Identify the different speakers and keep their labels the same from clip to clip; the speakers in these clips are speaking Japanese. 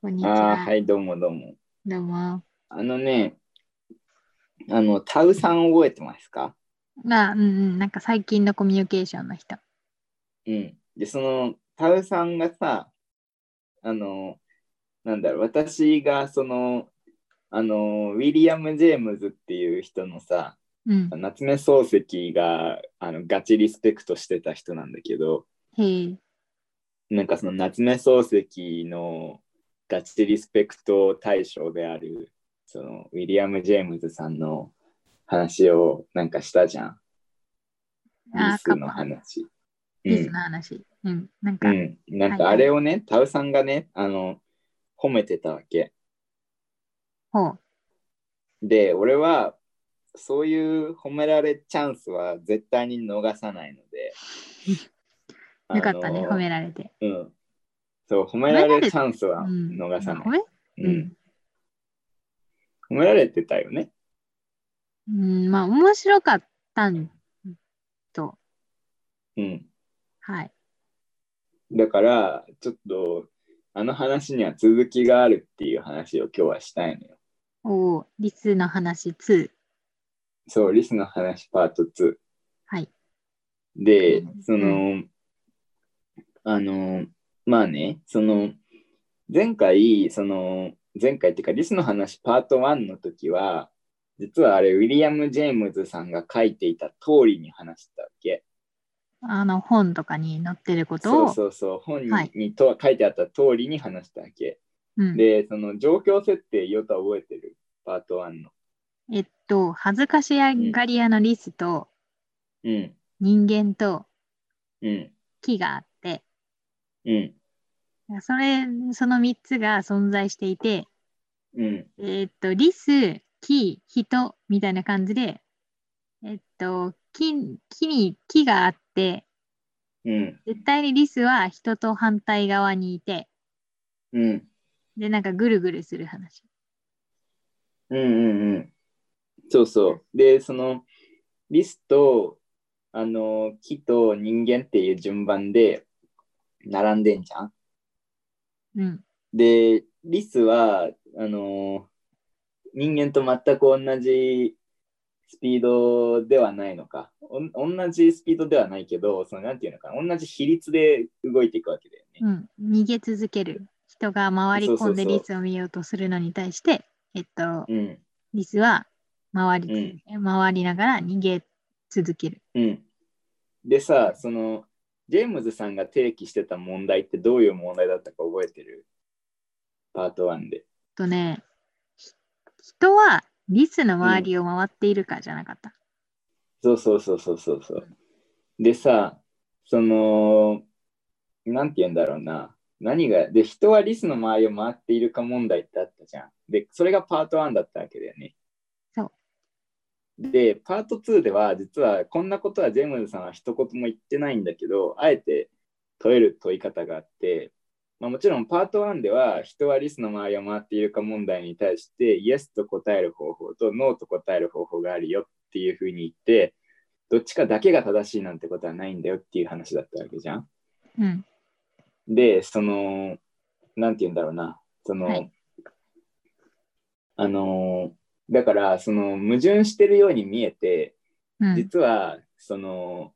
Speaker 1: こんにちは。
Speaker 2: ああー、はい、どうもどうも。
Speaker 1: どうも。
Speaker 2: あのね、あの、タウさん覚えてますか
Speaker 1: まあ、うんうん、なんか最近のコミュニケーションの人。
Speaker 2: うん。で、その、タウさんがさ、あの、なんだろう、私が、その、あの、ウィリアム・ジェームズっていう人のさ、
Speaker 1: うん。
Speaker 2: 夏目漱石があのガチリスペクトしてた人なんだけど、
Speaker 1: へえ。
Speaker 2: なんかその夏目漱石のガチリスペクト対象であるそのウィリアム・ジェームズさんの話をなんかしたじゃん。リ
Speaker 1: あー
Speaker 2: スの話。う
Speaker 1: リス
Speaker 2: ん
Speaker 1: の話。うん。なん
Speaker 2: う
Speaker 1: か、
Speaker 2: ん、なんかあれをね、タウさんがね、あの、褒めてたわけ。
Speaker 1: ほう。
Speaker 2: で、俺は、そういう褒められチャンスは絶対に逃さないので。
Speaker 1: よかったね、
Speaker 2: あの
Speaker 1: 褒められて。
Speaker 2: うん。そう、褒めら
Speaker 1: 褒めら
Speaker 2: れ
Speaker 1: れ
Speaker 2: るチャンス
Speaker 1: う
Speaker 2: は
Speaker 1: ん。
Speaker 2: 逃さない
Speaker 1: 褒。め
Speaker 2: う
Speaker 1: うん
Speaker 2: ん。褒められてたよね。
Speaker 1: うん、まあ、面白かったんと。
Speaker 2: うん。
Speaker 1: はい。
Speaker 2: だから、ちょっと、あの話には続きがあるっていう話を今日はしたいのよ。
Speaker 1: おーリスの話2。
Speaker 2: そう、リスの話パート2。
Speaker 1: はい。
Speaker 2: で
Speaker 1: うん、
Speaker 2: その、
Speaker 1: う
Speaker 2: あの、まあね、その、前回、その、前回っていうか、リスの話パート1の時は、実はあれ、ウィリアム・ジェームズさんが書いていた通りに話したわけ。
Speaker 1: あの、本とかに載ってること
Speaker 2: そ
Speaker 1: を。
Speaker 2: うそうそう、本に,、
Speaker 1: はい
Speaker 2: とは書いてあった通りに話したわけ。
Speaker 1: うん、
Speaker 2: で、その状況設定、ヨタ覚えてるパート1の。
Speaker 1: えっと、恥ずかしがり屋のリスと
Speaker 2: うん、
Speaker 1: 人間と
Speaker 2: うん、
Speaker 1: 木があって、
Speaker 2: うん、
Speaker 1: それ、その3つが存在していて、
Speaker 2: うん、
Speaker 1: えーっと、リス、木、人みたいな感じで、えっと、木木に木があって、
Speaker 2: うん、
Speaker 1: 絶対にリスは人と反対側にいて、
Speaker 2: うん、
Speaker 1: で、なんかぐるぐるする話。
Speaker 2: うん、うん、うん。そうそう。で、その、リスと、あの、木と人間っていう順番で、並んでんじゃん。
Speaker 1: うん。
Speaker 2: で、リスは、あの、人間と全く同じスピードではないのか。おん同じスピードではないけど、その、なんていうのかな、同じ比率で動いていくわけだよね。
Speaker 1: うん。逃げ続ける。人が回り込んで
Speaker 2: そうそうそう
Speaker 1: リスを見ようとするのに対して、えっと、
Speaker 2: うん、
Speaker 1: リスは回り,、回りながら逃げ続ける。
Speaker 2: うん。でさ、その、ジェームズさんが提起してた問題ってどういう問題だったか覚えてるパート1で。
Speaker 1: とね、ひ人はリスの周りを回っているかじゃなかった。
Speaker 2: そうそうそうそうそうそう。でさ、その、なんて言うんだろうな。何が、で、人はリスの周りを回っているか問題ってあったじゃん。で、それがパート1だったわけだよね。。
Speaker 1: そう
Speaker 2: で、パート2では、実はこんなことはジェームズさんは一言も言ってないんだけど、あえて問える問い方があって、まあ、もちろんパート1では、人はリスの周りを回っているか問題に対して、イエスと答える方法とノーと答える方法があるよっていうふうに言って、どっちかだけが正しいなんてことはないんだよっていう話だったわけじゃん。
Speaker 1: うん。
Speaker 2: で、その、なんて言うんだろうな、その、
Speaker 1: はい
Speaker 2: あの、だから、その、矛盾してるように見えて、
Speaker 1: うん。
Speaker 2: 実は、その、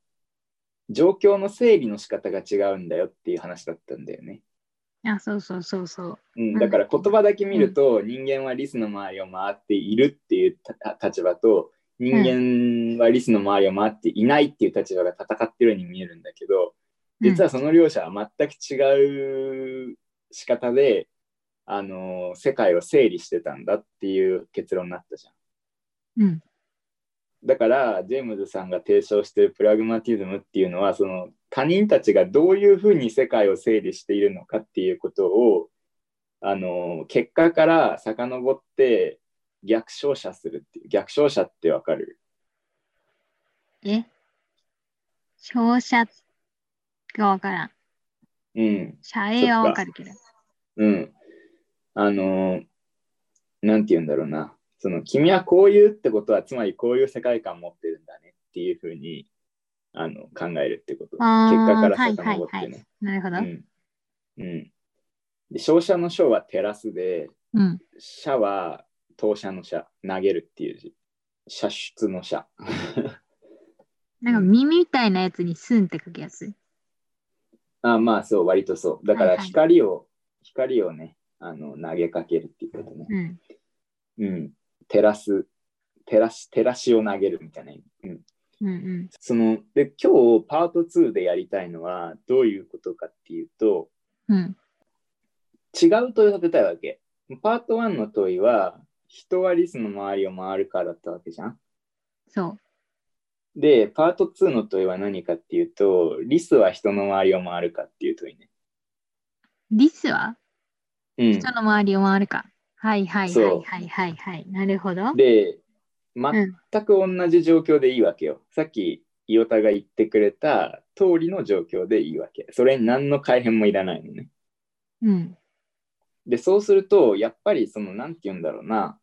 Speaker 2: 状況の整理の仕方が違うんだよっていう話だったんだよね。
Speaker 1: あ、そうそうそうそう。
Speaker 2: うん、
Speaker 1: うん
Speaker 2: だから言葉だけ見ると、人間はリスの周りを回っているっていうた立場と人間はリスの周りを回っていないっていう立場が戦ってるように見えるんだけど実はその両者は全く違う仕方で、あの世界を整理してたんだっていう結論になったじゃん。
Speaker 1: うん。
Speaker 2: だからジェームズさんが提唱しているプラグマティズムっていうのはその他人たちがどういうふうに世界を整理しているのかっていうことをあの結果から遡って逆照射するっていう逆照射ってわかる
Speaker 1: うん、え照射がわからん。
Speaker 2: うん
Speaker 1: 遮影はわかるけど。
Speaker 2: うんあのなんて言うんだろうなその君はこういうってことはつまりこういう世界観持ってるんだねっていうふうにあの考えるってこと結
Speaker 1: あー
Speaker 2: 果から
Speaker 1: はい
Speaker 2: 遡っ
Speaker 1: は
Speaker 2: てね、
Speaker 1: いはい。なるほど。
Speaker 2: うん。うん、で、照射の照は照らすで、
Speaker 1: うん。
Speaker 2: 射は投射の射、投げるっていう字。射出の射。
Speaker 1: なんか実みたいなやつにスンって書くやつ。
Speaker 2: あまあそう、割とそう。だか
Speaker 1: はい
Speaker 2: ら
Speaker 1: はい
Speaker 2: 光を、光をね、あの投げかけるっていうことね。
Speaker 1: うん。
Speaker 2: うん。照らす、照らし、照らしを投げるみたいな意味。うん。
Speaker 1: うんうん。
Speaker 2: その、で、今日パート2でやりたいのは、どういうことかっていうと、
Speaker 1: うん。
Speaker 2: 違う問いを立てたいわけ。パート1の問いは、人はリスの周りを回るかだったわけじゃん。
Speaker 1: そ
Speaker 2: で、パート2の問いは何かっていうと、リスは人の周りを回るかっていう問いね。
Speaker 1: う。リスは
Speaker 2: うん。
Speaker 1: 人の周りを回るか。はいはいは
Speaker 2: そ
Speaker 1: いうはいはいはい。なるほど。
Speaker 2: で、全く同じ状況でいいわけよ。さっき、イオタが言ってくれた通りの状況でいいわけ。それに何の改変もいらないのね。
Speaker 1: うん。
Speaker 2: で、そうすると、やっぱり、その、なんて言うんだろうな。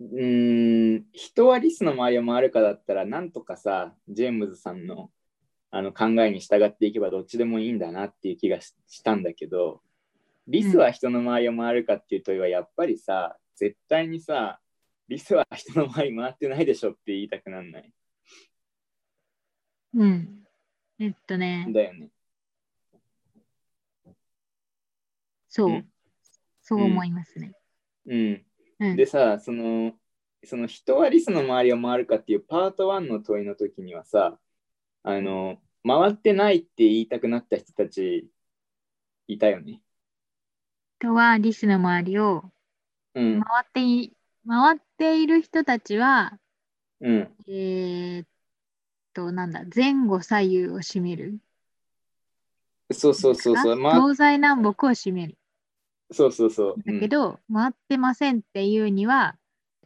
Speaker 2: うーん、人はリスの周りを回るかだったら、なんとかさ、ジェームズさんのあの考えに従っていけばどっちでもいいんだなっていう気がししたんだけど、リスは人の周りを回るかっていう問いは、やっぱりさ、絶対にさ、リスは人の周り回ってないでしょって言いたくなんない。
Speaker 1: うん。えっとね、
Speaker 2: だよね。。
Speaker 1: そううんそう思いますね。
Speaker 2: うん。
Speaker 1: うん
Speaker 2: で。さそのその人はリスの周りを回るかっていうパート1の問いの時にはさあの回ってないって言いたくなった人たちいたよね。
Speaker 1: 人はリスの周りを
Speaker 2: うん
Speaker 1: 回ってい回っている人たちは、
Speaker 2: うん
Speaker 1: えーっと、なんだ、前後左右を占める。
Speaker 2: そうそうそうそう、ま、
Speaker 1: 東西南北を占める。
Speaker 2: そうそうそう、う
Speaker 1: だけ
Speaker 2: ん
Speaker 1: ど、回ってませんっていうには、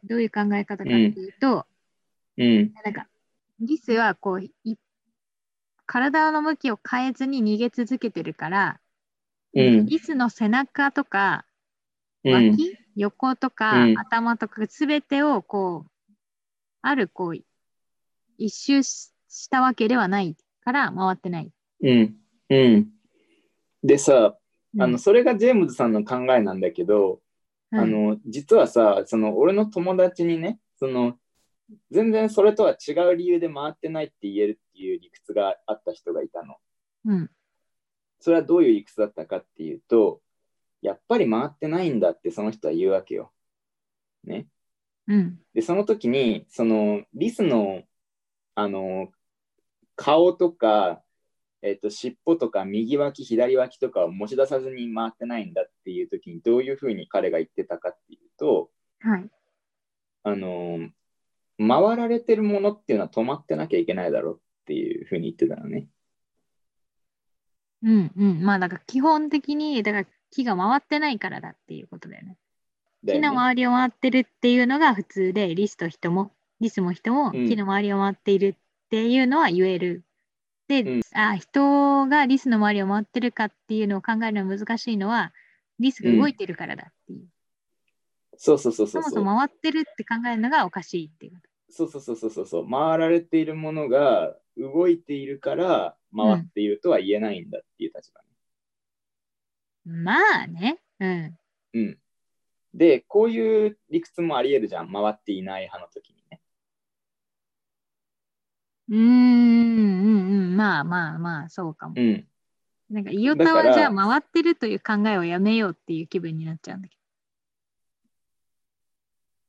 Speaker 1: どういう考え方かっていうと、
Speaker 2: うん
Speaker 1: なんか、リスはこう、い体の向きを変えずに逃げ続けてるから、
Speaker 2: うん
Speaker 1: リスの背中とか、
Speaker 2: う
Speaker 1: 脇、
Speaker 2: ん
Speaker 1: 横とか、
Speaker 2: うん
Speaker 1: 頭とか全てをこうあるこう一周ししたわけではないから回ってない。
Speaker 2: うんうんでさ
Speaker 1: うん
Speaker 2: あのそれがジェームズさんの考えなんだけど、
Speaker 1: うん
Speaker 2: あの実はさその俺の友達にねその全然それとは違う理由で回ってないって言えるっていう理屈があった人がいたの
Speaker 1: うん
Speaker 2: それはどういう理屈だったかっていうとやっぱり回ってないんだってその人は言うわけよ。ね、
Speaker 1: うん
Speaker 2: でその時にそのリスのあの顔とか、えっと尻尾とか右脇左脇とかを持ち出さずに回ってないんだっていう時にどういうふうに彼が言ってたかっていうと、
Speaker 1: はい
Speaker 2: あの回られてるものっていうのは止まってなきゃいけないだろうっていうふうに言ってたのね。
Speaker 1: うんうんまあだから基本的にだから木が回ってないからだっていうことだよね。
Speaker 2: だ
Speaker 1: 木
Speaker 2: よね
Speaker 1: の周りを回ってるっていうのが普通でリスと人もリスも人も
Speaker 2: うん
Speaker 1: 木の周りを回っているっていうのは言える。で、
Speaker 2: うん
Speaker 1: あ人がリスの周りを回ってるかっていうのを考えるのは難しいのはリスが動いてるからだっていう。
Speaker 2: そうそうそうそ
Speaker 1: そうも
Speaker 2: そ
Speaker 1: そうも回ってるって考えるのがおかしいっていうこ
Speaker 2: そうそうそうそうそうそう回られているものが動いているから回っているとは言えないんだっていう立場、ね
Speaker 1: と。まあね。うん。
Speaker 2: うんでこういう理屈もありえるじゃん回っていない派の時にね。
Speaker 1: うーんうんうんまあまあまあそうかも。
Speaker 2: うん
Speaker 1: なんかイオタ
Speaker 2: だか
Speaker 1: は
Speaker 2: ら
Speaker 1: じゃあ回ってるという考えをやめようっていう気分になっちゃうんだけど。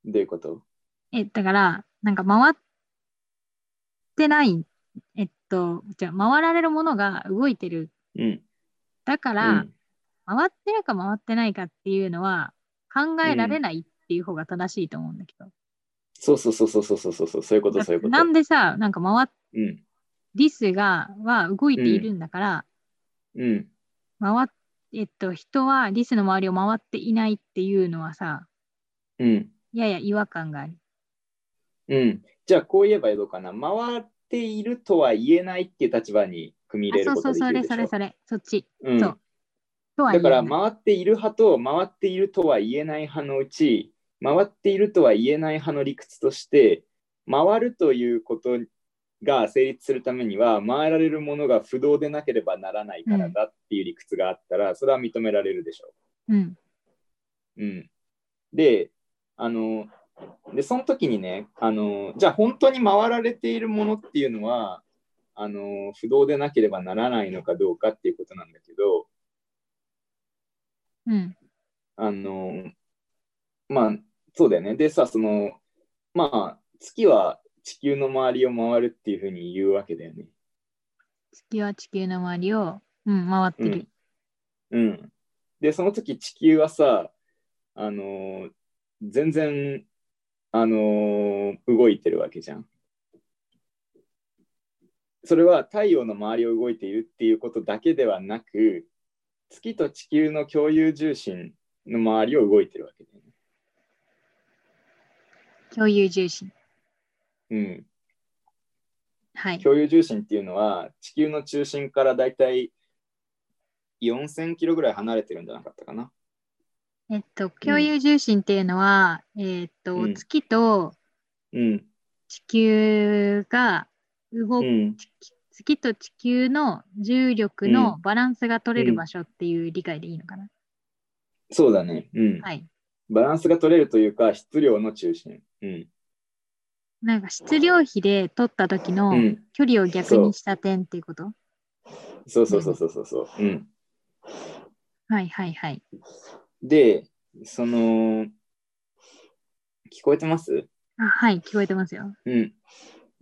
Speaker 2: どういうこと
Speaker 1: え、だから、なんか回ってない、えっと、じゃあ回られるものが動いてる。
Speaker 2: うん
Speaker 1: だか
Speaker 2: う
Speaker 1: ら、
Speaker 2: ん
Speaker 1: 回ってるか回ってないかっていうのは考えられないっていう方が正しいと思うんだけど。
Speaker 2: そうそうそうそうそうそうそうそういうことそういうこと。
Speaker 1: なんでさ、なんか回っ
Speaker 2: うん
Speaker 1: リスがは動いているんだから、
Speaker 2: うん
Speaker 1: 回っえっと、人はリスの周りを回っていないっていうのはさ、
Speaker 2: うん
Speaker 1: やや違和感がある。
Speaker 2: うん、じゃあこう言えばどうかな回っているとは言えないっていう立場に組み入れ
Speaker 1: あ、
Speaker 2: る
Speaker 1: そ
Speaker 2: こ
Speaker 1: うそ
Speaker 2: と
Speaker 1: う、
Speaker 2: でき
Speaker 1: そ
Speaker 2: る
Speaker 1: れ
Speaker 2: でし
Speaker 1: そ
Speaker 2: ょ
Speaker 1: れそれ、そっち。
Speaker 2: うん
Speaker 1: そうとは
Speaker 2: だ
Speaker 1: 言え
Speaker 2: から
Speaker 1: ない
Speaker 2: 回っている派と回っているとは言えない派のうち回っているとは言えない派の理屈として回るということが成立するためには回られるものが不動でなければならないからだっていう理屈があったら、それは認められるでしょ
Speaker 1: うん。
Speaker 2: う。うん、であのでその時にねあのじゃあ本当に回られているものっていうのはあの不動でなければならないのかどうかっていうことなんだけど、
Speaker 1: うん。
Speaker 2: あの、まあ、そうだよね。でさ、その、まあ、月は地球の周りを回るっていうふうに言うわけだよね。
Speaker 1: 月は地球の周りを、うん、回ってる。
Speaker 2: うん。で、その時地球はさ、あの、全然、あの、動いてるわけじゃん。それは太陽の周りを動いているっていうことだけではなく、月と地球の共有重心の周りを動いてるわけだよね。
Speaker 1: 共有重心。
Speaker 2: うん。
Speaker 1: はい。
Speaker 2: 共有重心っていうのは地球の中心からだいたい4000キロぐらい離れてるんじゃなかったかな。
Speaker 1: えっと、共有重心っていうのは、えっと、
Speaker 2: うん
Speaker 1: 月と
Speaker 2: うん。
Speaker 1: 地球が動
Speaker 2: う
Speaker 1: く、
Speaker 2: ん。
Speaker 1: 月と地球の重力の
Speaker 2: うん
Speaker 1: バランスが取れ
Speaker 2: う
Speaker 1: る
Speaker 2: ん
Speaker 1: 場所っていう理解でいいのかな、
Speaker 2: そうだね。うん。
Speaker 1: はい。
Speaker 2: バランスが取れるというか質量の中心。うん。
Speaker 1: なんか質量比で取った時
Speaker 2: う
Speaker 1: の
Speaker 2: ん。
Speaker 1: 距離を逆にした点っていうこと、
Speaker 2: そうそうそうそうそうそう。うん。
Speaker 1: はいはいはい。
Speaker 2: で、その、聞こえてます
Speaker 1: あはい、聞こえてますよ。
Speaker 2: うん。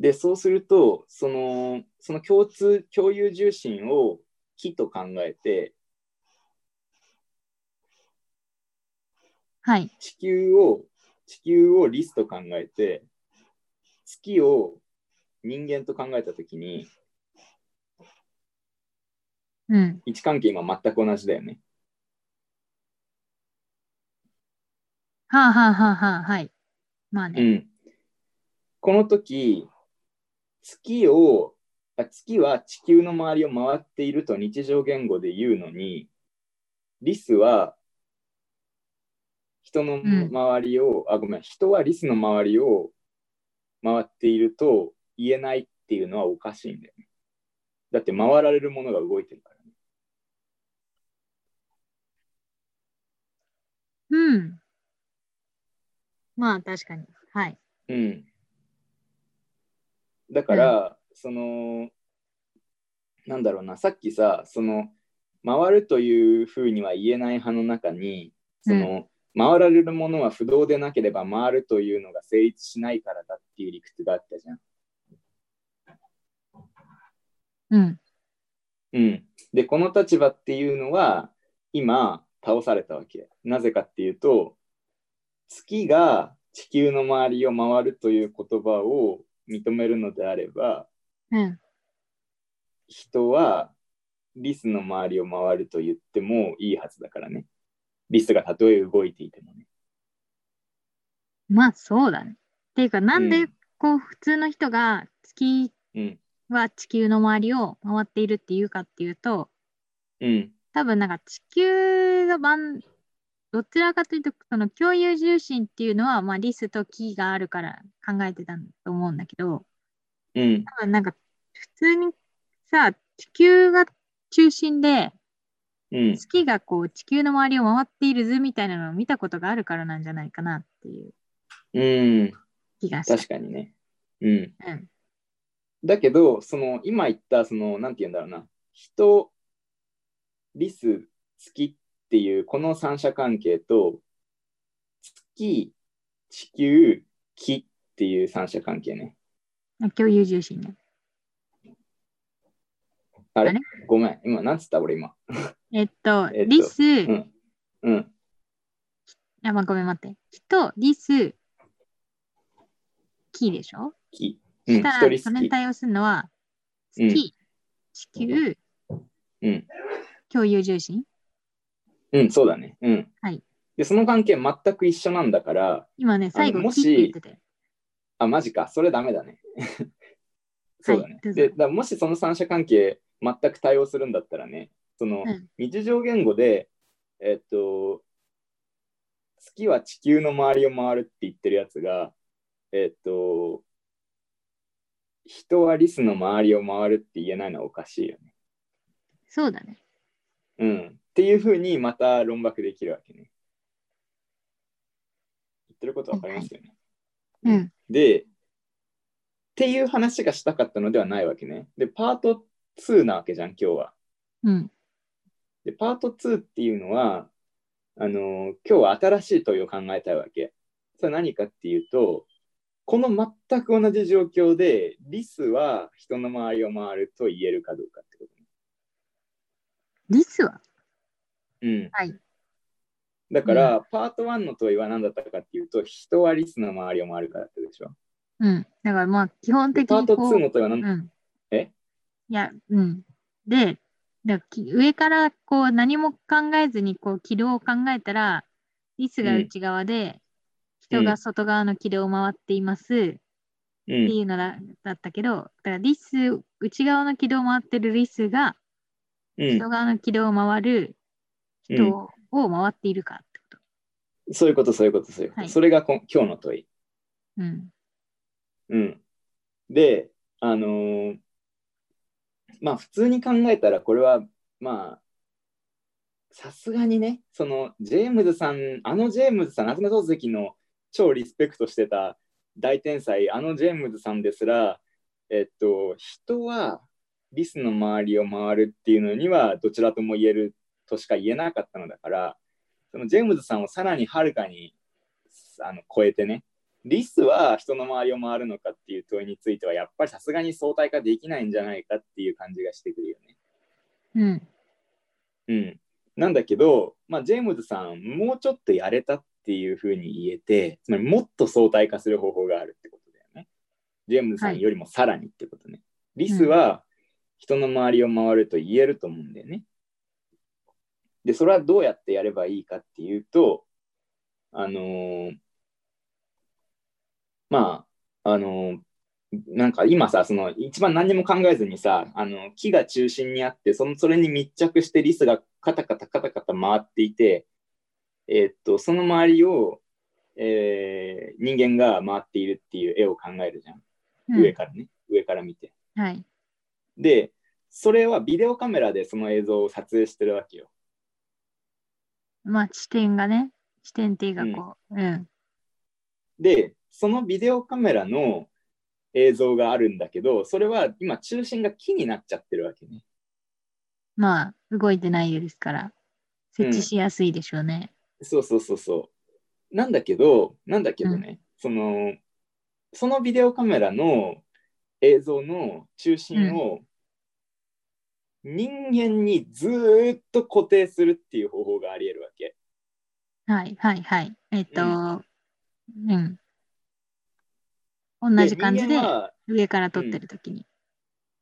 Speaker 2: で、そうすると、その、その共通、共有重心を木と考えて、
Speaker 1: はい。
Speaker 2: 地球を地球をリスと考えて月を人間と考えた時に
Speaker 1: うん。
Speaker 2: 位置関係今全く同じだよね。
Speaker 1: はあはあはあはあ、はい。まあ
Speaker 2: う
Speaker 1: ね。
Speaker 2: ん、この時月をあ月は地球の周りを回っていると日常言語で言うのにリスは人の
Speaker 1: ん
Speaker 2: 周りを、あごめん人はリスの周りを回っていると言えないっていうのはおかしいんだよね。だって回られるものが動いてるからね。
Speaker 1: うん。まあ確かに。はい。
Speaker 2: うん。だから、その、なんだろうな、さっきさ、その、回るというふうには言えない派の中に、その、回られるものは不動でなければ回るというのが成立しないからだっていう理屈があったじゃん。
Speaker 1: うん。
Speaker 2: うん。で、この立場っていうのは、今、倒されたわけ。なぜかっていうと、月が地球の周りを回るという言葉を認めるのであれば、
Speaker 1: うん。
Speaker 2: 人はリスの周りを回ると言ってもいいはずだからね。リスがたとえ動いていてもね。
Speaker 1: まあそうだね。っていうか、なん
Speaker 2: う
Speaker 1: で
Speaker 2: ん
Speaker 1: こう普通の人が月
Speaker 2: うん。
Speaker 1: は地球の周りを回っているっていうかっていうと、
Speaker 2: うん。
Speaker 1: 多分なんか地球が万どちらかというとその共有重心っていうのは、まあ、リスとキーがあるから考えてたと思うんだけど
Speaker 2: うん。
Speaker 1: 多分なんか普通にさ地球が中心で
Speaker 2: うん。
Speaker 1: 月がこう地球の周りを回っている図みたいなのを見たことがあるからなんじゃないかなっていう
Speaker 2: うん。
Speaker 1: 気がし
Speaker 2: 確かにね。うん。
Speaker 1: た。うん
Speaker 2: だけど、その今言った、その、なんて言うんだろうな。人、リス、月っていうこの三者関係と、月、地球、木っていう三者関係ね。
Speaker 1: 共有重心ね。
Speaker 2: あれ
Speaker 1: あれ
Speaker 2: ごめん。今、なんつった俺今。
Speaker 1: えっと、
Speaker 2: えっと
Speaker 1: リス、
Speaker 2: うん。うん。
Speaker 1: あ、まあ、ごめん待って。人、リス、キーでしょ
Speaker 2: 木。う
Speaker 1: そし
Speaker 2: ん。
Speaker 1: た
Speaker 2: 一
Speaker 1: ら、
Speaker 2: 人
Speaker 1: それに
Speaker 2: 月。
Speaker 1: 対応するのは、
Speaker 2: うん
Speaker 1: 月、地球、
Speaker 2: うん。
Speaker 1: 共有重心
Speaker 2: うん、そうだね。うん。
Speaker 1: はい
Speaker 2: で、その関係全く一緒なんだから、
Speaker 1: 今ね、最
Speaker 2: あ
Speaker 1: 後、
Speaker 2: のも
Speaker 1: 木
Speaker 2: し
Speaker 1: って言ってたよ。
Speaker 2: あ、マジか、それダメだね。そうだね。
Speaker 1: どうぞ
Speaker 2: で、だからもしその三者関係全く対応するんだったらね、その、
Speaker 1: うん
Speaker 2: 日常言語で、えっと、月は地球の周りを回るって言ってるやつが、えっと、人はリスの周りを回るって言えないのはおかしいよね。
Speaker 1: そうだね。
Speaker 2: うん。っていうふうにまた論駁できるわけね。言ってることわかりますよね。
Speaker 1: うん。
Speaker 2: で、っていう話がしたかったのではないわけね。で、パート2なわけじゃん、今日は。
Speaker 1: うん。
Speaker 2: で、パート2っていうのは、あのー今日は新しい問いを考えたいわけ。それは何かっていうと、この全く同じ状況で、リスは人の周りを回ると言えるかどうかってこと
Speaker 1: リスは
Speaker 2: ね。うん。
Speaker 1: はい。
Speaker 2: だから、パート1の問いは何だったかっていうと、人はリスの周りを回るからってことでしょ。
Speaker 1: うん。だからまあ、基本的
Speaker 2: パー
Speaker 1: にこ
Speaker 2: ト
Speaker 1: う。
Speaker 2: 2の問いは何だ、
Speaker 1: うん、
Speaker 2: え
Speaker 1: いや、うん。で、だき上からこう何も考えずにこう軌道を考えたら、リスが内側で、
Speaker 2: うん
Speaker 1: 人が外側の軌道を回っていますって
Speaker 2: う
Speaker 1: いうのだ,、だったけど、だからリス、内側の軌道を回ってるリスが、
Speaker 2: うん
Speaker 1: 人側の軌道を回る人を回っているかってこ
Speaker 2: そういうこと、そういうこと、そういうこと。
Speaker 1: はい
Speaker 2: それがこ今日の問い。
Speaker 1: と。うん。
Speaker 2: うん。で、あのーまあ普通に考えたらこれは、まあ、さすがにね、そのジェームズさん、あのジェームズさん、夏目漱石の超リスペクトしてた大天才、あのジェームズさんですら、えっと、人はリスの周りを回るっていうのにはどちらとも言えるとしか言えなかったのだから、そのジェームズさんをさらにはるかにあの超えてね、リスは人の周りを回るのかっていう問いについては、やっぱりさすがに相対化できないんじゃないかっていう感じがしてくるよね。
Speaker 1: うん。
Speaker 2: うん。なんだけど、まあ、ジェームズさん、もうちょっとやれたっていうふうに言えて、つまりもっと相対化する方法があるってことだよね。ジェームズさんよりもさらにってことね。リスは人の周りを回ると言えると思うんだよね。で、それはどうやってやればいいかっていうと、あのーまあ、あのーなんか今さ、その一番何にも考えずにさ、あの木が中心にあって、そのそれに密着してリスがカタカタカタカタ回っていて、えーっと、その周りを、えー人間が回っているっていう絵を考えるじゃん。
Speaker 1: うん
Speaker 2: 上からね、上から見て。
Speaker 1: はい。
Speaker 2: で、それはビデオカメラでその映像を撮影してるわけよ。
Speaker 1: まあ、視点がね、視点っていうかこう、うん。
Speaker 2: で、そのビデオカメラの映像があるんだけど、それは今中心が木になっちゃってるわけね。
Speaker 1: まあ、動いてないですから、設置しやすいでしょうね。
Speaker 2: そうそうそうそう。なんだけど、なんだけどね、その、そのビデオカメラの映像の中心を人間にずーっと固定するっていう方法があり得るわけ。
Speaker 1: はいはいはい。えっ、と、うん、
Speaker 2: で
Speaker 1: 同じ感じで
Speaker 2: 人間は
Speaker 1: 上から撮ってる時に。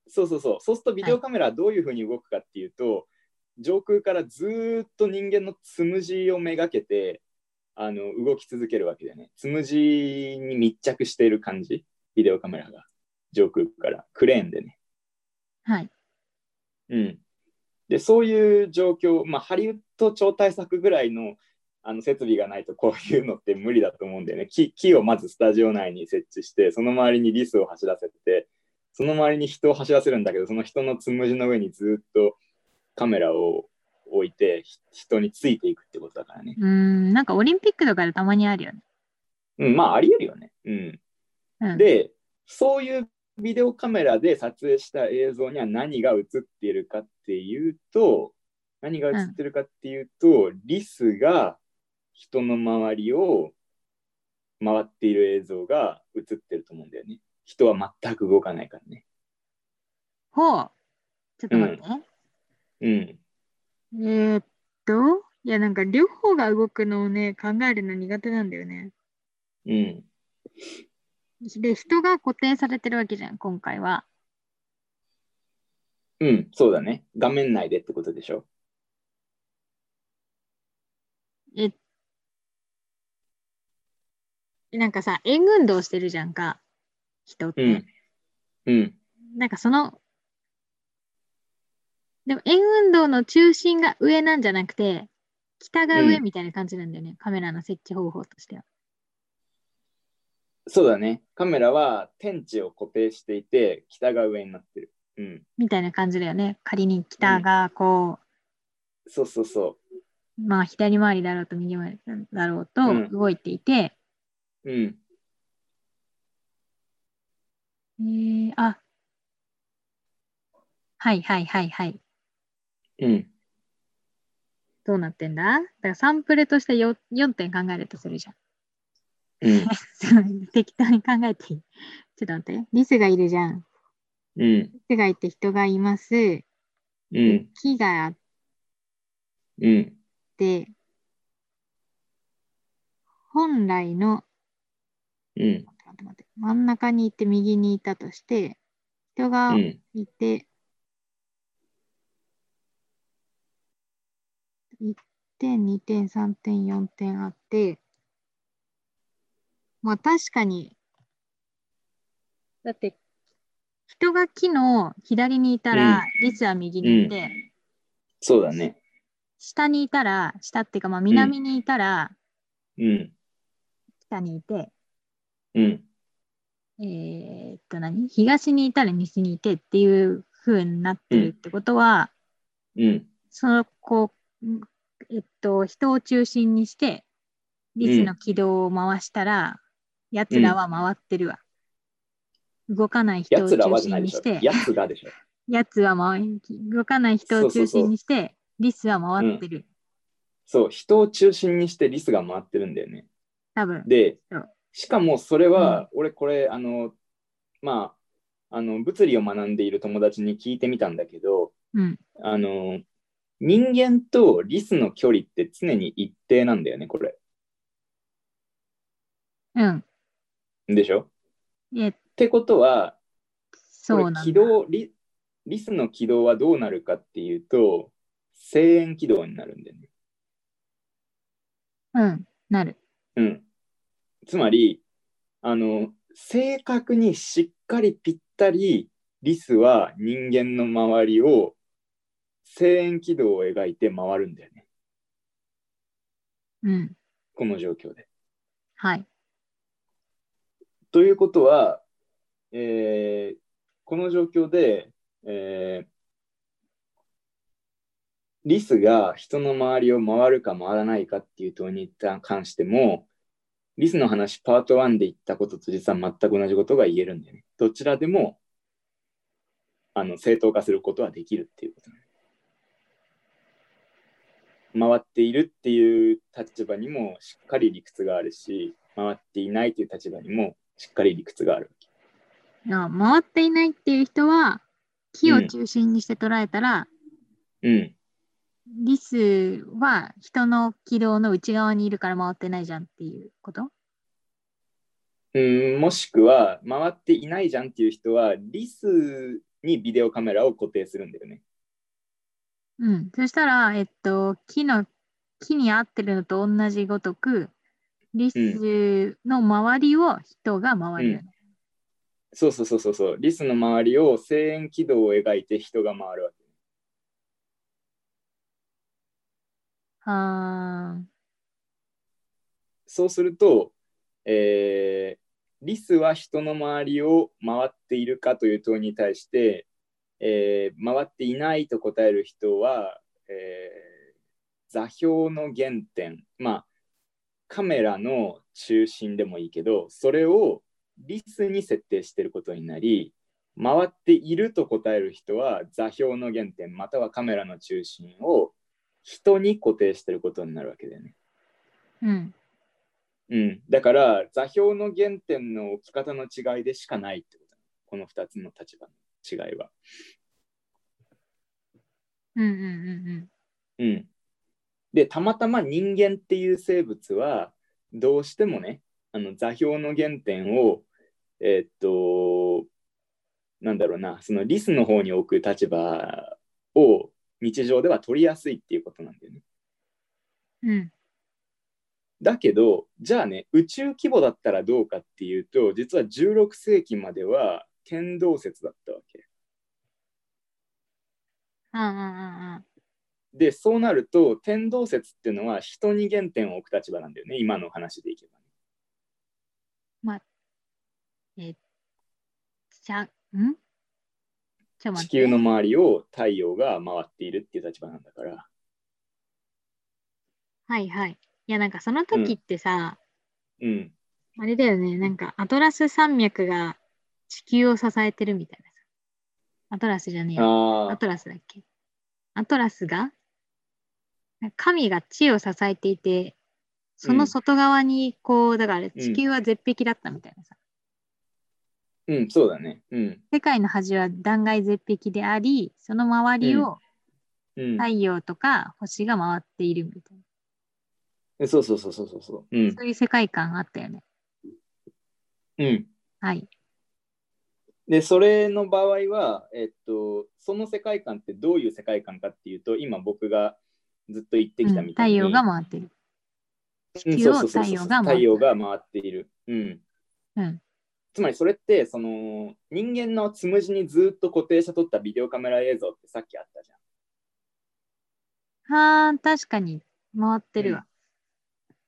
Speaker 2: そうそうそう。そうするとビデオカメラはどういうふうに動くかっていうと、上空からずーっと人間のつむじをめがけて、あの動き続けるわけだよね。つむじに密着している感じ、ビデオカメラが。上空から、クレーンでね。
Speaker 1: はい。
Speaker 2: うん、でそういう状況、まあ、ハリウッド超大作ぐらいのあの設備がないとこういうのって無理だと思うんだよね木木をまずスタジオ内に設置してその周りにリスを走らせてその周りに人を走らせるんだけどその人のつむじの上にずっとカメラを置いてひ人についていくってことだからね、
Speaker 1: うーん、なんかオリンピックとかでたまにあるよね。
Speaker 2: うん、まあありえるよね、うん、
Speaker 1: うん、
Speaker 2: で、そういうビデオカメラで撮影した映像には何が映っているかっていうと、何が映ってるかっていうと、リスが人の周りを回っている映像が映ってると思うんだよね。人は全く動かないからね。
Speaker 1: ほう。ちょっと待ってね。
Speaker 2: うん。
Speaker 1: えーっと、いやなんか両方が動くのをね、考えるの苦手なんだよね。
Speaker 2: うん。
Speaker 1: で、人が固定されてるわけじゃん、今回は。
Speaker 2: うん、そうだね。画面内でってことでしょ。
Speaker 1: え、なんかさ、円運動してるじゃんか、人って。
Speaker 2: うん。うん。
Speaker 1: なんかその、でも円運動の中心が上なんじゃなくて、北が
Speaker 2: う
Speaker 1: 上
Speaker 2: ん
Speaker 1: みたいな感じなんだよね、カメラの設置方法としては。
Speaker 2: そうだね。カメラは天地を固定していて、北が上になってる。うん。
Speaker 1: みたいな感じだよね。仮に北がこ、
Speaker 2: そうそうそう
Speaker 1: まあ左回りだろうと右回りだろうと
Speaker 2: うん
Speaker 1: 動いていて、
Speaker 2: う。うん。
Speaker 1: えーあはいはいはいはい。
Speaker 2: うん。
Speaker 1: どうなってんだだからサンプルとして 4, 4点考えるとするじゃん。
Speaker 2: うん。
Speaker 1: すごい適当に考えていいちょっと待って。リスがいるじゃん。
Speaker 2: う
Speaker 1: リ
Speaker 2: ん。
Speaker 1: スがいて人がいます。
Speaker 2: うん。
Speaker 1: 木があっ
Speaker 2: うん。
Speaker 1: て、本来の
Speaker 2: うん。
Speaker 1: 待って待って真ん中にいて右にいたとして人が
Speaker 2: うん。
Speaker 1: いて、1点2点3点4点あってまあ確かにだって人が木の左にいたら、リスは右にいて、
Speaker 2: そうだね。
Speaker 1: 下にいたら下っていうかまあ南にいたら、
Speaker 2: うん。
Speaker 1: 北にいて
Speaker 2: うん。
Speaker 1: えーっと何東にいたら西にいてっていう風になってるってことは、
Speaker 2: うん。
Speaker 1: そのこうんえっと人を中心にしてリスの軌道を回したら、やつらは回ってるわ、動かない人
Speaker 2: や
Speaker 1: を
Speaker 2: つらは
Speaker 1: 中
Speaker 2: じ
Speaker 1: 心
Speaker 2: ゃないで
Speaker 1: に
Speaker 2: しょ
Speaker 1: し。て
Speaker 2: やつらでしょ。
Speaker 1: やつは回動かない人を中心にしてリスは回ってる、
Speaker 2: そう、人を中心にしてリスが回ってるんだよね。
Speaker 1: 多分
Speaker 2: で
Speaker 1: うん、
Speaker 2: しかもそれは、俺これ、あの、まあ、あの、物理を学んでいる友達に聞いてみたんだけど、
Speaker 1: うん
Speaker 2: あの、人間とリスの距離って常に一定なんだよね、これ。
Speaker 1: うん
Speaker 2: でしょっ
Speaker 1: え
Speaker 2: てことは、
Speaker 1: そ
Speaker 2: こ
Speaker 1: うな
Speaker 2: れ
Speaker 1: んだ
Speaker 2: 軌道リ、リスの軌道はどうなるかっていうと、正円軌道になるんだよね。
Speaker 1: うんなる
Speaker 2: うん。つまり、あの、正確にしっかりぴったり、リスは人間の周りを正円軌道を描いて回るんだよね。
Speaker 1: うん
Speaker 2: この状況で。
Speaker 1: はい
Speaker 2: ということは、えーこの状況で、えーリスが人の周りを回るか回らないかっていう問いに関しても、リスの話パート1で言ったことと実は全く同じことが言えるんだよね。どちらでもあの正当化することはできるっていうこと、回っているっていう立場にもしっかり理屈があるし、回っていないという立場にもしっかり理屈がある。
Speaker 1: あ回っていないっていう人は木を中心にして捉えたら、
Speaker 2: うん、
Speaker 1: リスは人の軌道の内側にいるから回ってないじゃんっていうこと
Speaker 2: うん、もしくは回っていないじゃんっていう人はリスにビデオカメラを固定するんだよね。
Speaker 1: うんそしたらえっと木の木に合ってるのと同じごとくリスの周りを人が回るよね、
Speaker 2: そうそうそうそうそう。リスの周りを正円軌道を描いて人が回るわけ。
Speaker 1: あー
Speaker 2: そうすると、えーリスは人の周りを回っているかという問いに対して、えー回っていないと答える人は、えー座標の原点、まあ、カメラの中心でもいいけど、それをリスに設定していることになり、回っていると答える人は座標の原点またはカメラの中心を人に固定していることになるわけだよね。
Speaker 1: うん
Speaker 2: うん、だから座標の原点の置き方の違いでしかないってことこの2つの立場の違いは。
Speaker 1: うんうんうん
Speaker 2: うん、でたまたま人間っていう生物はどうしてもねあの座標の原点をえーっとなんだろうなそのリスの方に置く立場を日常では取りやすいっていうことなんだよね。
Speaker 1: うんうん
Speaker 2: だけどじゃあね宇宙規模だったらどうかっていうと実は16世紀までは天動説だったわけ。
Speaker 1: あーあーあーあ
Speaker 2: でそうなると天動説っていうのは人に原点を置く立場なんだよね今の話でいけば、
Speaker 1: まあちゃ、んちょっと待
Speaker 2: 地
Speaker 1: って
Speaker 2: 球の周りを太陽が回っているっていう立場なんだから。
Speaker 1: はいはい。いや、なんかその時ってさ、
Speaker 2: うん。
Speaker 1: あれだよね、なんかアトラス山脈が地球を支えてるみたいなさ。アトラスじゃねえや。ア
Speaker 2: ああ、
Speaker 1: トラスだっけアトラスが神が地を支えていて、その外側にこう、だから地球は絶壁だったみたいなさ。
Speaker 2: うん、そうだね。うん。
Speaker 1: 世界の端は断崖絶壁であり、その周りを
Speaker 2: うん。
Speaker 1: 太陽とか星が回っているみたいな。
Speaker 2: えそうそうそうそうそうそう。うん。
Speaker 1: そういう世界観あったよね。
Speaker 2: うん。
Speaker 1: はい。
Speaker 2: で、それの場合は、えっと、その世界観ってどういう世界観かっていうと、今僕がずっと言ってきたみたいに、
Speaker 1: うん太陽が回ってる。
Speaker 2: うん
Speaker 1: 地球
Speaker 2: そ
Speaker 1: を
Speaker 2: うそうそ
Speaker 1: 太
Speaker 2: うそう
Speaker 1: 陽が
Speaker 2: 太
Speaker 1: 回って
Speaker 2: 陽が
Speaker 1: る。
Speaker 2: 回っている。うん。
Speaker 1: うん
Speaker 2: つまりそれってその人間のつむじにずっと固定して撮ったビデオカメラ映像ってさっきあったじゃん。
Speaker 1: はあ、確かに回ってるわ。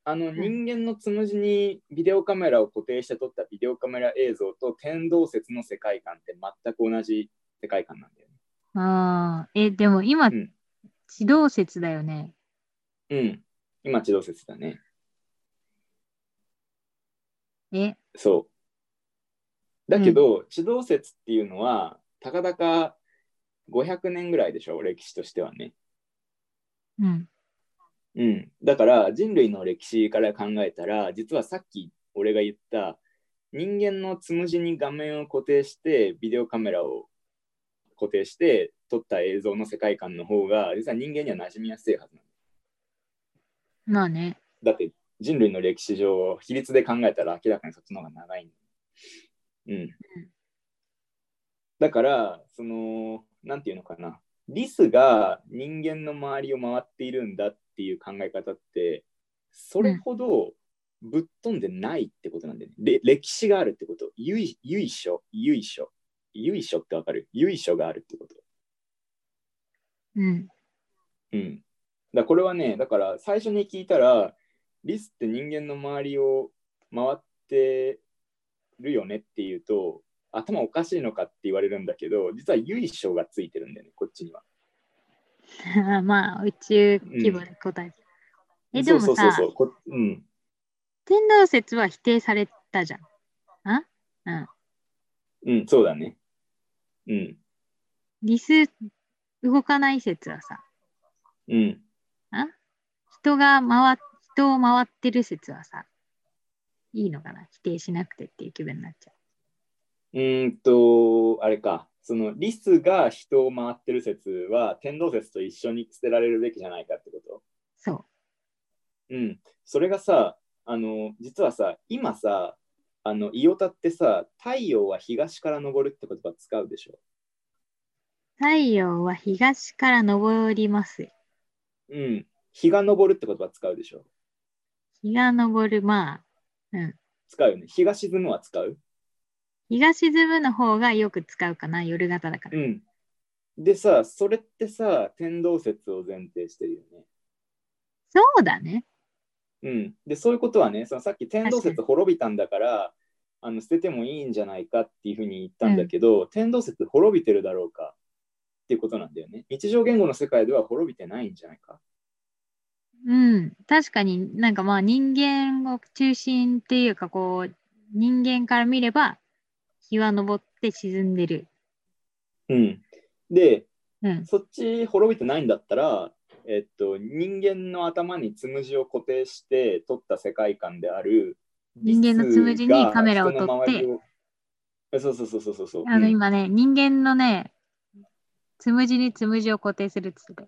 Speaker 2: あの
Speaker 1: ん
Speaker 2: 人間のつむじにビデオカメラを固定して撮ったビデオカメラ映像と天動説の世界観って全く同じ世界観なんだよね。
Speaker 1: あーえ、でも今、
Speaker 2: うん
Speaker 1: 地動説だよね。
Speaker 2: うん。今地動説だね。
Speaker 1: え、
Speaker 2: そう。だけど、地動説っていうのはたかだか500年ぐらいでしょ歴史としてはね。
Speaker 1: うん。
Speaker 2: うん、だから人類の歴史から考えたら実はさっき俺が言った人間のつむじに画面を固定してビデオカメラを固定して撮った映像の世界観の方が実は人間には馴染みやすいはずなん
Speaker 1: まあね。
Speaker 2: だだって人類の歴史上比率で考えたら明らかにそっちの方が長いんだうんだからそのなんていうのかなリスが人間の周りを回っているんだっていう考え方ってそれほどぶっ飛んでないってことなんだよね、れ歴史があるってこと由緒由緒由緒由緒ってわかる由緒があるってこと
Speaker 1: うん。
Speaker 2: うん。だこれはね、だから最初に聞いたら、リスって人間の周りを回ってるよねっていうと、頭おかしいのかって言われるんだけど、実は由緒がついてるんだよね、こっちには。
Speaker 1: まあ、宇宙規模で答えて。え、で
Speaker 2: そう
Speaker 1: も
Speaker 2: そうそう
Speaker 1: さ
Speaker 2: そ、う。こうん、
Speaker 1: 天動説は否定されたじゃん。
Speaker 2: うん、そうだね。うん、
Speaker 1: リス動かない説はさ、
Speaker 2: うん、
Speaker 1: 人が回っ人を回ってる説はさ、いいのかな否定しなくてっていう気分になっちゃ
Speaker 2: うーんと、あれか。そのリスが人を回ってる説は天動説と一緒に捨てられるべきじゃないかってこと
Speaker 1: う。そう。
Speaker 2: うん、それがさあの実はさ今さあのイオタってさ太陽は東から昇るって言葉使うでしょ。
Speaker 1: 太陽は東から昇ります。
Speaker 2: うん、日が昇るって言葉使うでしょ。
Speaker 1: 日が昇る、まあ、
Speaker 2: 使うよね。日が沈むは使う。
Speaker 1: 日が沈むの方がよく使うかな、夜型だか
Speaker 2: う
Speaker 1: ら。
Speaker 2: ん、でさそれってさ天動説を前提してるよね。
Speaker 1: そうだね。
Speaker 2: うん、でそういうことはねそのさっき天動
Speaker 1: 確
Speaker 2: 説滅びたんだからあの捨ててもいいんじゃないかっていうふうに言ったんだけど、天動説滅びてるだろうかっていうことなんだよね。日常言語の世界では滅びてないんじゃないか。
Speaker 1: うん。確かになんかまあ人間を中心っていうかこう、人間から見れば、日は昇って沈んでる。
Speaker 2: うん、で
Speaker 1: うん。
Speaker 2: そっち滅びてないんだったら、えっと、人間の頭につむじを固定して撮った世界観である
Speaker 1: 人間のつむじにカメラを撮って
Speaker 2: 人の周りをえそうそうそうそうそうそう
Speaker 1: あの
Speaker 2: うん
Speaker 1: 今ね、人間のね、つむじにつむじを固定するっつって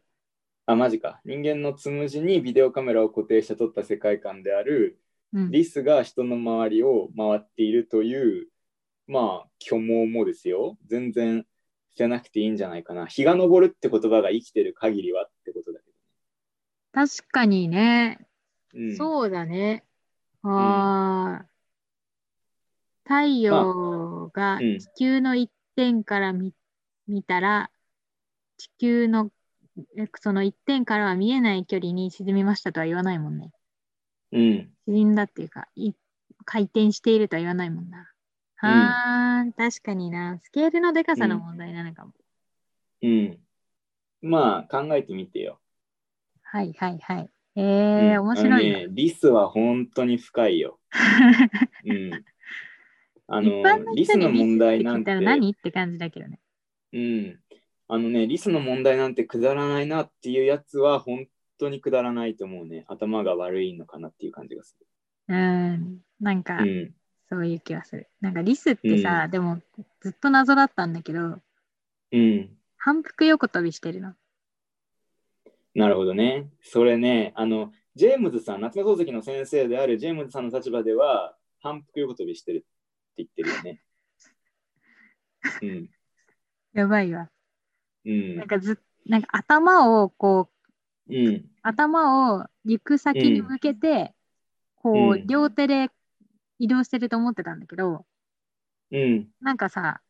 Speaker 2: あマジか人間のつむじにビデオカメラを固定して撮った世界観である
Speaker 1: うん、
Speaker 2: リスが人の周りを回っているというまあ虚妄もですよ全然捨てなくていいんじゃないかな日が昇るって言葉が生きてる限りはってことだけ
Speaker 1: 確かにね、
Speaker 2: ど、うん、
Speaker 1: そうだね。ああ、太陽が
Speaker 2: うん
Speaker 1: 地球の一点から見,、見たら、地球のえその一点からは見えない距離に沈みましたとは言わないもんね。
Speaker 2: うん
Speaker 1: 沈んだっていうか、い回転しているとは言わないもんな。はー確かにな。スケールのでかさの問題なのかも。
Speaker 2: うん。まあ、考えてみてよ。
Speaker 1: はいはいはい。えー、
Speaker 2: うん
Speaker 1: 面白い
Speaker 2: あ
Speaker 1: な。
Speaker 2: のね。リスは本当に深 いよ。うん。あ
Speaker 1: 一般
Speaker 2: の、
Speaker 1: の
Speaker 2: リ
Speaker 1: 人
Speaker 2: ス
Speaker 1: に
Speaker 2: の問題
Speaker 1: リスって聞
Speaker 2: なん
Speaker 1: いた
Speaker 2: て
Speaker 1: ら、何って感じだけどね。
Speaker 2: うん。あのね、リスの問題なんてくだらないなっていうやつは、本当にくだらないと思うね。頭が悪いのかなっていう感じがす
Speaker 1: うん。なんか、
Speaker 2: る。
Speaker 1: そういう気がする。なんかリスってさ、でもずっと謎だったんだけど、
Speaker 2: うん。うん。
Speaker 1: 反復横跳びしてるの。
Speaker 2: なるほどね。それね、あの、ジェームズさん、夏目漱石の先生であるジェームズさんの立場では、反復横跳びしてるって言ってる よね。うん。
Speaker 1: やばいわ。
Speaker 2: うん
Speaker 1: なん。かずっなんか頭をこう
Speaker 2: うん。
Speaker 1: 頭を行く先に向けて、こ
Speaker 2: う
Speaker 1: うん両手で移動してると思ってたんだけど、
Speaker 2: うん。
Speaker 1: なんかさ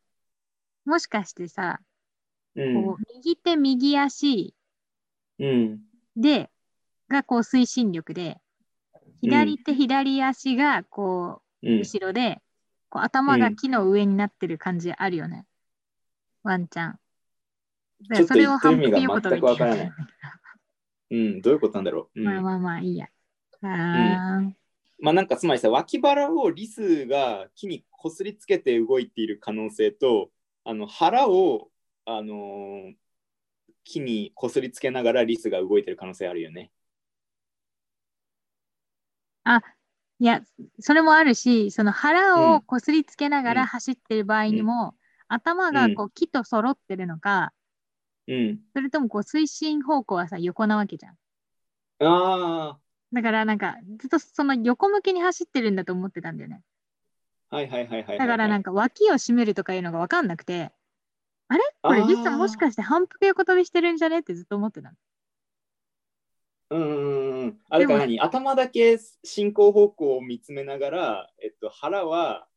Speaker 1: もしかしてさ
Speaker 2: うん
Speaker 1: こう右手右足
Speaker 2: うん。
Speaker 1: でがこう推進力で左手左足がこ
Speaker 2: う。
Speaker 1: うん後ろで、こう頭が木の上になってる感じあるよね、ワンちゃん。だから
Speaker 2: ちょっと
Speaker 1: それを
Speaker 2: 言ってる
Speaker 1: 反
Speaker 2: 意
Speaker 1: 復
Speaker 2: 味
Speaker 1: 横
Speaker 2: が
Speaker 1: 跳び
Speaker 2: 全くわから
Speaker 1: って
Speaker 2: な
Speaker 1: 言。
Speaker 2: いううん。どういうことなんだろう。うん、
Speaker 1: まあまあまあいいや。あー
Speaker 2: まあなんかつまりさ脇腹をリスが木にこすりつけて動いている可能性とあの腹を、あのー木にこすりつけながらリスが動いてる可能性あるよね。
Speaker 1: いや、それもあるし、その腹
Speaker 2: う
Speaker 1: を
Speaker 2: ん
Speaker 1: こすりつけなが
Speaker 2: うん
Speaker 1: ら走ってる場合にも、頭がこう木と揃ってるのか、
Speaker 2: うん。
Speaker 1: それともこう推進方向はさ、横なわけじゃん。
Speaker 2: あ
Speaker 1: だからなんか、ずっとその横向きに走ってるんだと思ってたんだよね。
Speaker 2: あはいはいはいはいはいはい。
Speaker 1: だからなん
Speaker 2: か
Speaker 1: か脇を締めるとかいうのが分かんなくて、あれこれ実はもし
Speaker 2: し
Speaker 1: かして反復横跳びしてるんじゃねってずっと思ってたの。
Speaker 2: うんうんうん。あだから何頭だけ進行方向を見つめながら、えっと、腹は、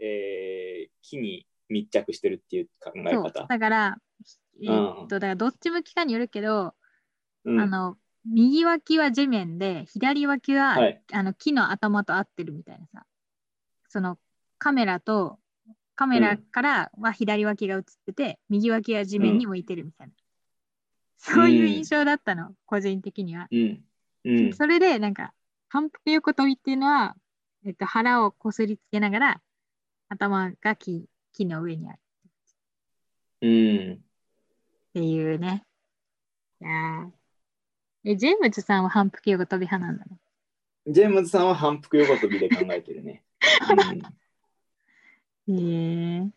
Speaker 2: えー木に密着してるっていう考え
Speaker 1: そう。
Speaker 2: 方。
Speaker 1: だから、えー
Speaker 2: うん
Speaker 1: っと、だからどっち向きかによるけど、
Speaker 2: うん
Speaker 1: あの、右脇は地面で、左脇は
Speaker 2: はい。
Speaker 1: あの木の頭と合ってるみたいなさそのカメラとカメラからは左脇が映ってて、右脇は地面に向いてるみたいな、そういう印象だったの、個人的には、
Speaker 2: うん。うん。
Speaker 1: それでなんか反復横跳びっていうのは、えっと、腹をこすりつけながら頭が木木の上にある
Speaker 2: うん
Speaker 1: っていうねいやーえジェームズさんは反復横跳び派なんだね
Speaker 2: ジェーム ズさんは反復横跳びで考えてるね。
Speaker 1: へえ